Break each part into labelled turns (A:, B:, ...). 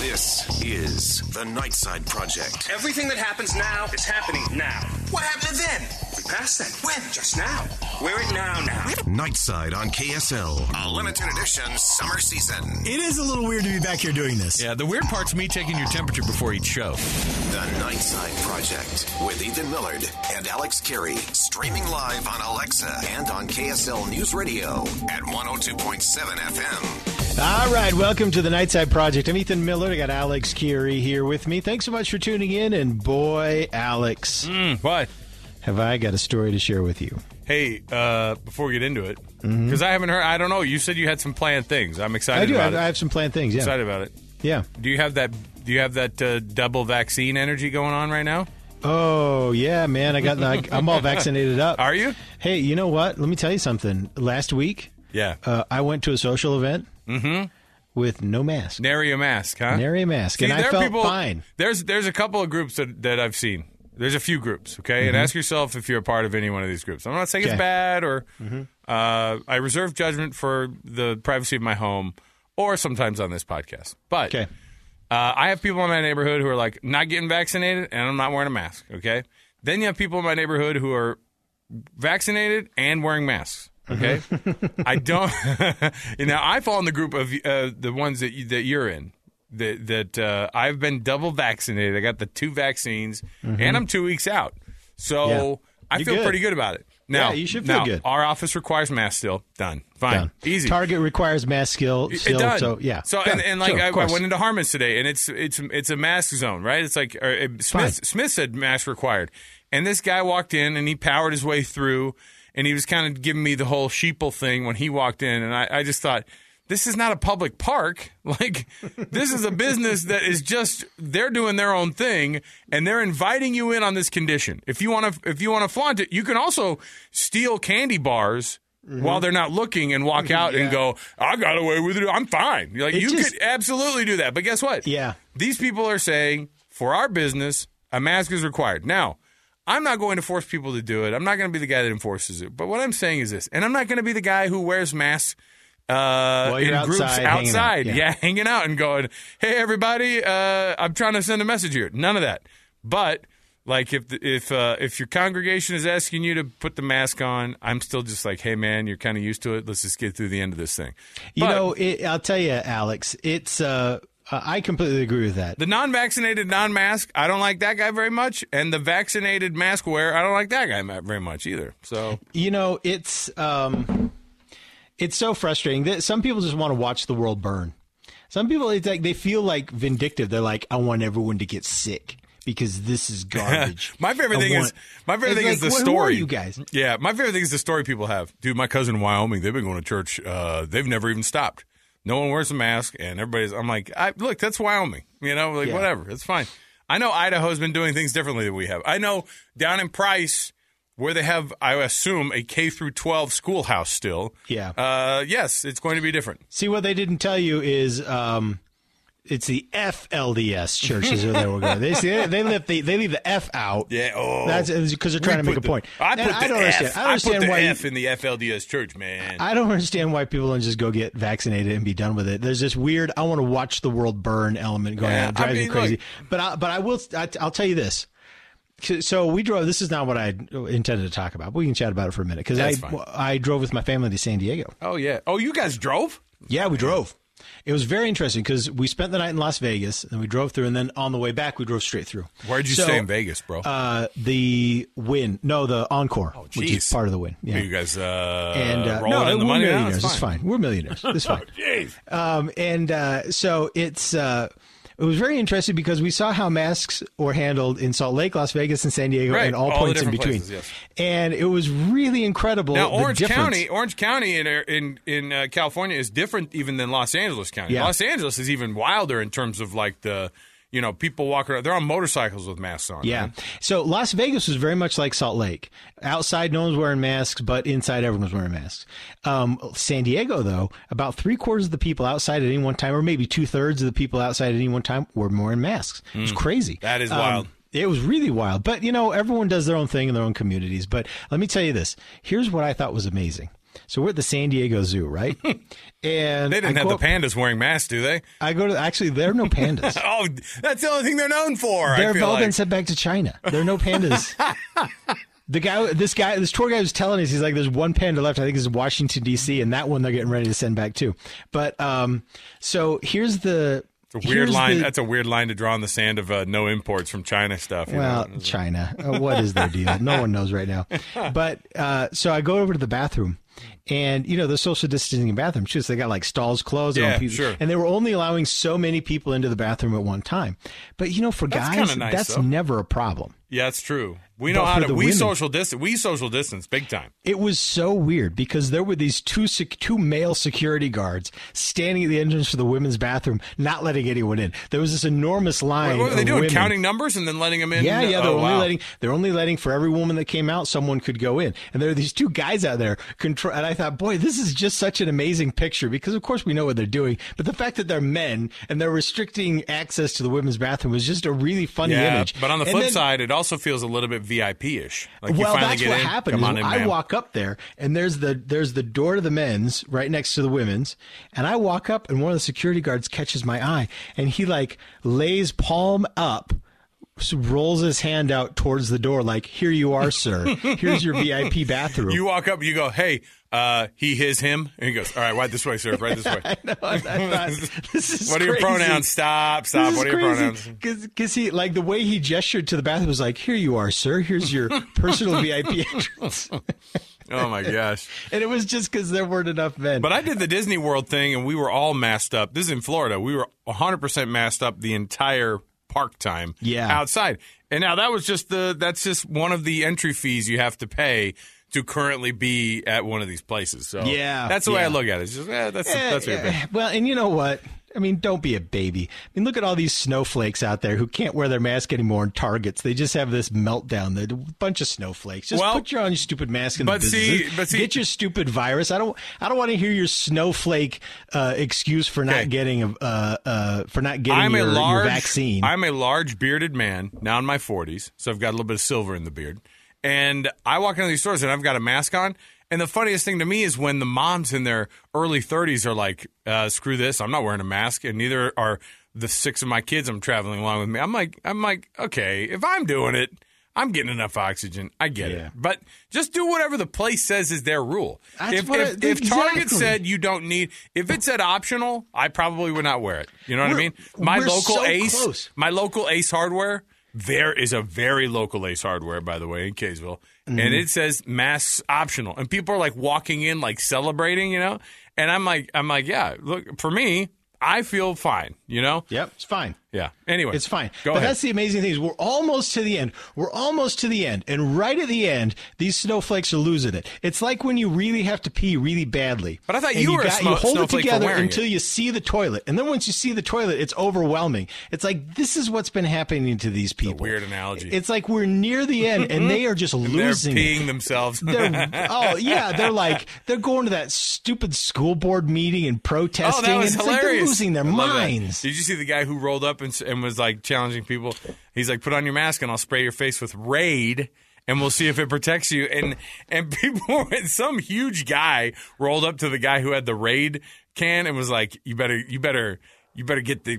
A: This is the Nightside Project.
B: Everything that happens now is happening now.
C: What happened then?
B: We passed that. When? Just now. We're it now now.
A: Nightside on KSL, a limited edition summer season.
D: It is a little weird to be back here doing this.
E: Yeah, the weird part's me taking your temperature before each show.
A: The Nightside Project with Ethan Millard and Alex Carey, streaming live on Alexa and on KSL News Radio at 102.7 FM.
D: All right, welcome to the Nightside Project. I'm Ethan Miller. I got Alex Curie here with me. Thanks so much for tuning in. And boy, Alex,
E: Mm, what?
D: have I got a story to share with you.
E: Hey, uh, before we get into it, because I haven't heard, I don't know. You said you had some planned things. I'm excited
D: Mm-hmm. I do.
E: about
D: I, I
E: it.
D: have some planned things. Yeah.
E: excited about it.
D: Yeah.
E: Do you have that? Do you have that uh, double vaccine energy going on right now?
D: Oh yeah, man. I got. I, I'm all vaccinated up.
E: Are you?
D: Hey, you know what? Let me tell you something. Last week,
E: Yeah.
D: uh, I went to a social event
E: Mm-hmm.
D: with no mask,
E: Nary a mask, huh?
D: nary a mask,
E: See,
D: and
E: there
D: I
E: are
D: felt
E: people,
D: fine.
E: There's there's a couple of groups that, that I've seen. There's a few groups, okay? And ask yourself if you're a part of any one of these groups. I'm not saying
D: Mm-hmm. Okay. Mm-hmm.
E: it's bad or uh, I reserve judgment for the privacy of my home or sometimes on this podcast. But
D: Okay.
E: Uh, I have people in my neighborhood who are like not getting vaccinated and I'm not wearing a mask. Okay. Then you have people in my neighborhood who are vaccinated and wearing masks. Okay. I don't. you know, I fall in the group of uh, the ones that you, that you're in. That that uh, I've been double vaccinated. I got the two vaccines and I'm two weeks out. So I
D: You're
E: feel
D: Mm-hmm. good.
E: pretty good about it. Now
D: Yeah, you should feel
E: now,
D: good.
E: Our office requires masks still. Done. Fine.
D: Done.
E: Easy.
D: Target requires mask skill.
E: It-
D: Still,
E: it done.
D: So yeah.
E: So
D: Done.
E: and, and like
D: Sure,
E: I,
D: of
E: I
D: course.
E: went into Harmon's today, and it's it's it's a mask zone, right? It's like or, uh, Smith
D: Fine.
E: Smith said mask required, and this guy walked in and he powered his way through, and he was kind of giving me the whole sheeple thing when he walked in, and I, I just thought. This is not a public park. Like, this is a business that is just they're doing their own thing, and they're inviting you in on this condition. If you want to, if you want to flaunt it, you can also steal candy bars
D: Mm-hmm.
E: while they're not looking and walk out and go, "I got away with it. I'm fine." You're like,
D: It
E: you
D: just-
E: could absolutely do that. But guess what?
D: Yeah.
E: These people are saying for our business, a mask is required. Now, I'm not going to force people to do it. I'm not going to be the guy that enforces it. But what I'm saying is this, and I'm not going to be the guy who wears masks uh,
D: While
E: in
D: you're
E: groups
D: outside, hanging out.
E: outside.
D: Yeah.
E: Yeah. hanging out and going, "Hey, everybody, uh, I'm trying to send a message here." None of that. But like, if the, if uh, if your congregation is asking you to put the mask on, I'm still just like, "Hey, man, you're kind of used to it. Let's just get through the end of this thing."
D: You
E: But-
D: know, it, I'll tell you, Alex. It's uh, I completely agree with that.
E: The non-vaccinated non-mask, I don't like that guy very much, and the vaccinated mask wearer, I don't like that guy ma- very much either. So
D: You know, it's um, it's so frustrating that some people just want to watch the world burn. Some people, it's like they feel like vindictive. They're like, I want everyone to get sick because this is garbage.
E: my favorite
D: I
E: thing is
D: want-
E: my favorite
D: It's
E: thing is the
D: like, wh- who are
E: story.
D: you guys?
E: yeah, my favorite thing is the story people have. Dude, my cousin in Wyoming, they've been going to church. Uh, they've never even stopped. No one wears a mask, and everybody's. I'm like, I, look, that's Wyoming. You know, like
D: Yeah.
E: whatever, it's fine. I know Idaho's been doing things differently than we have. I know down in Price. Where they have, I assume, a K through 12 schoolhouse still.
D: Yeah.
E: Uh, yes, it's going to be different.
D: See, what they didn't tell you is um, it's the FLDS churches are there. We're going. They see, they lift the they leave the F out.
E: Yeah, oh.
D: that's because they're trying to
E: We
D: make a
E: put the-
D: point.
E: I
D: And
E: put the
D: I don't
E: F.
D: understand. I don't understand
E: put the
D: why you-
E: F in the FLDS church, man.
D: I don't understand why people don't just go get vaccinated and be done with it. There's this weird I want to watch the world burn element going
E: Yeah,
D: on. It drives
E: I mean,
D: me crazy.
E: look-
D: but I, but I will I, I'll tell you this. So we drove. This is not what I intended to talk about. But we can chat about it for a minute because I
E: That's fine.
D: I drove with my family to San Diego.
E: oh yeah. Oh, you guys drove?
D: Yeah, we drove. It was very interesting because we spent the night in Las Vegas and we drove through, and then on the way back we drove straight through.
E: Where'd you
D: So,
E: stay in Vegas, bro?
D: Uh, the win, no, the encore, which is
E: Oh, jeez.
D: part of the win. Yeah,
E: Are you guys uh,
D: and uh,
E: rolling
D: no,
E: in the
D: we're
E: money now?
D: millionaires. it's fine. We're millionaires. It's fine.
E: Jeez.
D: Um, and uh, so it's uh, it was very interesting because we saw how masks were handled in Salt Lake, Las Vegas, and San Diego,
E: Right,
D: and all,
E: all the
D: points in
E: different
D: between.
E: places, yes.
D: And it was really incredible.
E: Now,
D: the
E: Orange
D: difference.
E: County, Orange County in in in uh, California is different even than Los Angeles County.
D: Yeah.
E: Los Angeles is even wilder in terms of like the you know people walking around. They're on motorcycles with masks on.
D: Yeah.
E: man.
D: So Las Vegas was very much like Salt Lake. Outside, no one's wearing masks, but inside, everyone was wearing masks. Um, San Diego, though, about three quarters of the people outside at any one time, or maybe two thirds of the people outside at any one time, were wearing masks. It was crazy.
E: Hmm. That is
D: Um,
E: wild.
D: It was really wild. But, you know, everyone does their own thing in their own communities. But let me tell you this here's what I thought was amazing. So we're at the San Diego Zoo, right? and
E: They didn't
D: I
E: have
D: go,
E: the pandas wearing masks, do they?
D: I go to actually, there are no pandas.
E: Oh, that's the only thing they're known for. I
D: They're
E: feel
D: all
E: like.
D: been sent back to China. There are no pandas. the guy, this guy, this tour guy was telling us, he's like, "There's one panda left. I think is Washington D.C. and that one they're getting ready to send back too." But um, so here's the
E: It's a weird
D: here's
E: line.
D: the-
E: That's a weird line to draw in the sand of uh, no imports from China stuff. you
D: well,
E: know?
D: China. Uh, what is their deal? No one knows right now. But uh, so I go over to the bathroom, and you know the social distancing in bathrooms. Just they got like stalls closed. they don't
E: Yeah,
D: people-
E: sure.
D: And they were only allowing so many people into the bathroom at one time. But you know, for
E: That's
D: guys,
E: kinda nice,
D: that's
E: though.
D: never a problem.
E: yeah, it's true. We
D: But
E: know how
D: for
E: to.
D: the
E: We
D: women-
E: social distance. We social distance big time.
D: It was so weird because there were these two sec- two male security guards standing at the entrance to the women's bathroom, not letting anyone in. There was this enormous line.
E: What, what are they
D: of
E: doing?
D: women.
E: Counting numbers and then letting them in?
D: Yeah, yeah. They're
E: Oh,
D: only
E: wow.
D: letting they're only letting for every woman that came out, someone could go in. And there are these two guys out there control. And I thought, boy, this is just such an amazing picture because, of course, we know what they're doing. But the fact that they're men and they're restricting access to the women's bathroom was just a really funny
E: yeah,
D: image.
E: But on the
D: And
E: flip
D: then-
E: side, it also feels a little bit VIP ish. Like you
D: well,
E: finally
D: that's
E: get
D: what
E: in.
D: happened.
E: Come
D: is
E: on in,
D: I
E: ma'am.
D: walk up there, and there's the there's the door to the men's right next to the women's, and I walk up, and one of the security guards catches my eye, and he like lays palm up. s- Rolls his hand out towards the door, like, "Here you are, sir. Here's your VIP bathroom."
E: You walk up, you go, hey, uh, he, his, him. And he goes, all right, right this way, sir, right this way.
D: I thought, this is
E: what are your
D: crazy.
E: pronouns? Stop, stop.
D: This
E: What
D: is
E: are your pronouns?
D: crazy because he like the way he gestured to the bathroom was like, "Here you are, sir. Here's your personal VIP entrance,"
E: Oh, my gosh.
D: and it was just because there weren't enough men.
E: But I did the Disney World thing, and we were all masked up. This is in Florida. We were 100% masked up the entire park time.
D: Yeah.
E: outside. And now that was just the that's just one of the entry fees you have to pay to currently be at one of these places. So
D: Yeah,
E: that's the way I
D: yeah.
E: look at it. It's just eh, that's
D: Eh,
E: that's what you're
D: eh,
E: paying.
D: Well, and you know what? I mean, don't be a baby. I mean, look at all these snowflakes out there who can't wear their mask anymore in Targets. They just have this meltdown. They're a bunch of snowflakes. Just
E: Well,
D: put your on your stupid mask and
E: but see- but see-
D: get your stupid virus. I don't. I don't want to hear your snowflake uh, excuse for not
E: Okay.
D: getting a uh, uh, for not getting
E: I'm
D: your,
E: a
D: your
E: large
D: vaccine.
E: I'm a large bearded man now in my 40s, so I've got a little bit of silver in the beard. And I walk into these stores and I've got a mask on. And the funniest thing to me is when the moms in their early 30s are like, uh, "Screw this! I'm not wearing a mask," and neither are the six of my kids I'm traveling along with me. I'm like, I'm like, okay, if I'm doing it, I'm getting enough oxygen. I get
D: Yeah.
E: it, but just do whatever the place says is their rule.
D: That's
E: if
D: what I-
E: if, if Target
D: exactly.
E: said you don't need, if it said optional, I probably would not wear it. You know what I
D: We're-
E: mean? My
D: we're
E: local
D: so
E: Ace,
D: close.
E: my local Ace Hardware. There is a very local Ace Hardware, by the way, in Kaysville,
D: Mm-hmm.
E: and it says masks optional, and people are like walking in, like celebrating, you know. And I'm like, I'm like, yeah. Look, for me, I feel fine, you know.
D: yep, it's fine.
E: Yeah. Anyway,
D: It's fine.
E: Go
D: but
E: ahead.
D: that's the amazing thing is we're almost to the end. We're almost to the end. And right at the end, these snowflakes are losing it. It's like when you really have to pee really badly.
E: But I thought
D: And
E: you were a
D: got-
E: smo-
D: you hold it
E: snowflake for
D: together
E: wearing
D: until
E: it.
D: you see the toilet. And then once you see the toilet, it's overwhelming. It's like this is what's been happening to these people.
E: weird analogy.
D: It's like we're near the end and they are just
E: They're
D: losing it
E: peeing themselves.
D: they're oh yeah, they're like they're going to that stupid school board meeting and
E: Oh,
D: protesting. and it's like they're losing their
E: I love that.
D: minds.
E: Did you see the guy who rolled up and, s- and was like challenging people? He's like, "Put on your mask, and I'll spray your face with Raid." And we'll see if it protects you. And and people, and some huge guy rolled up to the guy who had the raid can and was like, "You better, you better, you better get the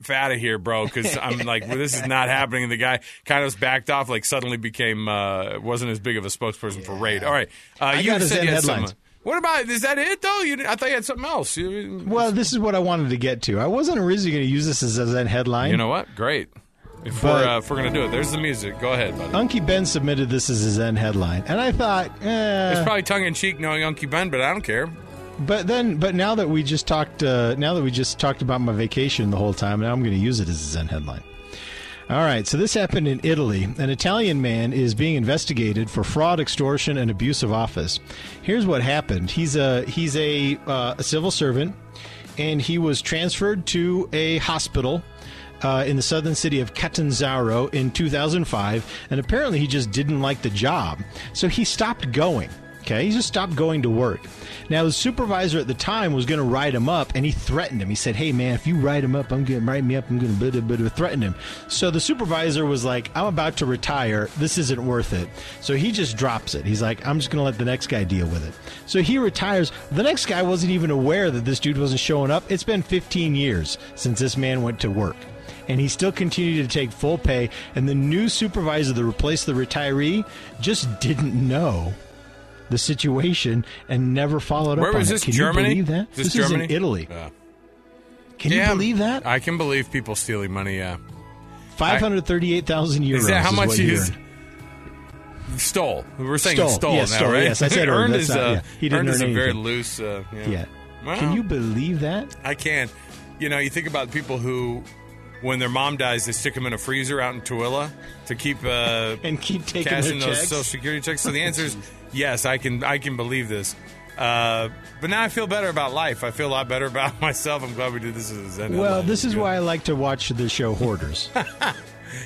E: f out of here, bro." Because I'm like, well, this is not happening. And the guy kind of backed off, like suddenly became uh, wasn't as big of a spokesperson for raid. All right, uh,
D: I
E: you
D: got his
E: said
D: end
E: you had
D: headlines.
E: some- What about is that it though? You, I thought you had something else. You,
D: Well, this is what I wanted to get to. I wasn't originally going to use this as, as a headline.
E: you know what? Great. If
D: But-
E: we're uh, if we're gonna do it, there's the music. Go ahead, buddy.
D: Unky Ben submitted this as his end headline, and I thought, eh.
E: It's probably tongue in cheek, knowing Uncle Ben, but I don't care.
D: but then, but now that we just talked, uh, now that we just talked about my vacation the whole time, now I'm going to use it as his end headline. All right, so this happened in Italy. An Italian man is being investigated for fraud, extortion, and abuse of office. Here's what happened: he's a he's a, uh, a civil servant, and he was transferred to a hospital uh, in the southern city of Catanzaro in 2005. And apparently, he just didn't like the job, so he stopped going. Okay, he just stopped going to work. Now his supervisor at the time was going to write him up, and he threatened him. He said, "Hey man, if you write him up, I'm going to write me up. I'm going to blah, blah, blah, blah," threaten him." So the supervisor was like, "I'm about to retire. This isn't worth it." So he just drops it. He's like, "I'm just going to let the next guy deal with it." So he retires. The next guy wasn't even aware that this dude wasn't showing up. It's been 15 years since this man went to work and he still continued to take full pay. And the new supervisor that replaced the retiree just didn't know the situation and never followed
E: Where
D: up. on
E: was
D: it.
E: this?
D: Can
E: Germany?
D: You believe that? This,
E: This, Germany?
D: is in Italy.
E: Yeah.
D: Can
E: Damn,
D: you believe that?
E: I can believe people stealing money. Yeah.
D: Five hundred thirty-eight thousand euros.
E: Is that how much
D: what
E: he
D: you
E: is-
D: earned.
E: Stole. We're saying
D: Stole.
E: stole,
D: Yeah,
E: now,
D: stole,
E: right?
D: yes, I said earned,
E: earned
D: that's
E: is
D: not-
E: uh,
D: yeah. He didn't
E: earned
D: earn
E: is a very
D: anything.
E: loose. Uh, yeah.
D: Yeah.
E: Wow.
D: Can you believe that?
E: I can. You know, you think about the people who, when their mom dies, they stick them in a freezer out in Tooele to keep uh,
D: And keep taking
E: cashing
D: their
E: those
D: checks?
E: Social Security checks. So the answer is yes. I can. I can believe this. Uh, but now I feel better about life. I feel a lot better about myself. I'm glad we did this as an
D: Well, this is
E: Good.
D: why I like to watch the show Hoarders.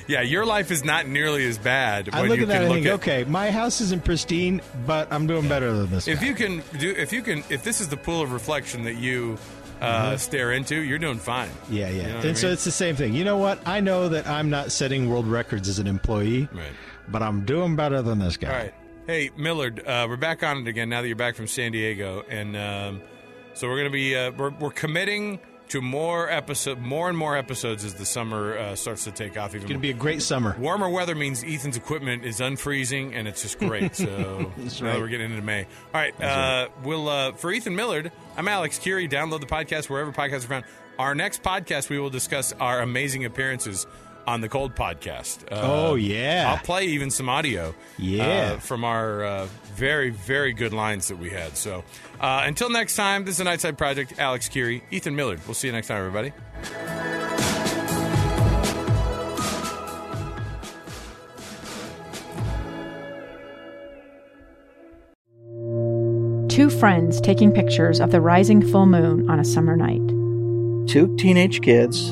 E: Yeah, your life is not nearly as bad.
D: I
E: when
D: look
E: you
D: at that
E: can
D: and
E: look
D: think,
E: at,
D: okay, my house isn't pristine, but I'm doing better than this.
E: If
D: guy.
E: you can do, if you can, if this is the pool of reflection that you uh, stare into, you're doing fine.
D: Mm-hmm. Yeah, yeah.
E: You know what
D: and
E: I
D: so
E: mean?
D: it's the same thing. You know what? I know that I'm not setting world records as an employee,
E: Right.
D: but I'm doing better than this guy.
E: All right. Hey, Millard, uh, we're back on it again now that you're back from San Diego, and um, so we're gonna be uh, we're, we're committing to more episode, more and more episodes as the summer uh, starts to take off. Even
D: It's going to be a
E: more.
D: great summer.
E: warmer weather means Ethan's equipment is unfreezing, and it's just great. So now that
D: right.
E: we're getting into May. All right, uh, we'll uh, for Ethan Millard. I'm Alex Curie. Download the podcast wherever podcasts are found. Our next podcast, we will discuss our amazing appearances on the Cold Podcast. Uh,
D: Oh, yeah.
E: I'll play even some audio.
D: Yeah.
E: uh, from our uh, very very good lines that we had. So uh, until next time, this is an Outside Project. Alex Curie, Ethan Millard. We'll see you next time, everybody.
F: Two friends taking pictures of the rising full moon on a summer night
G: Two teenage kids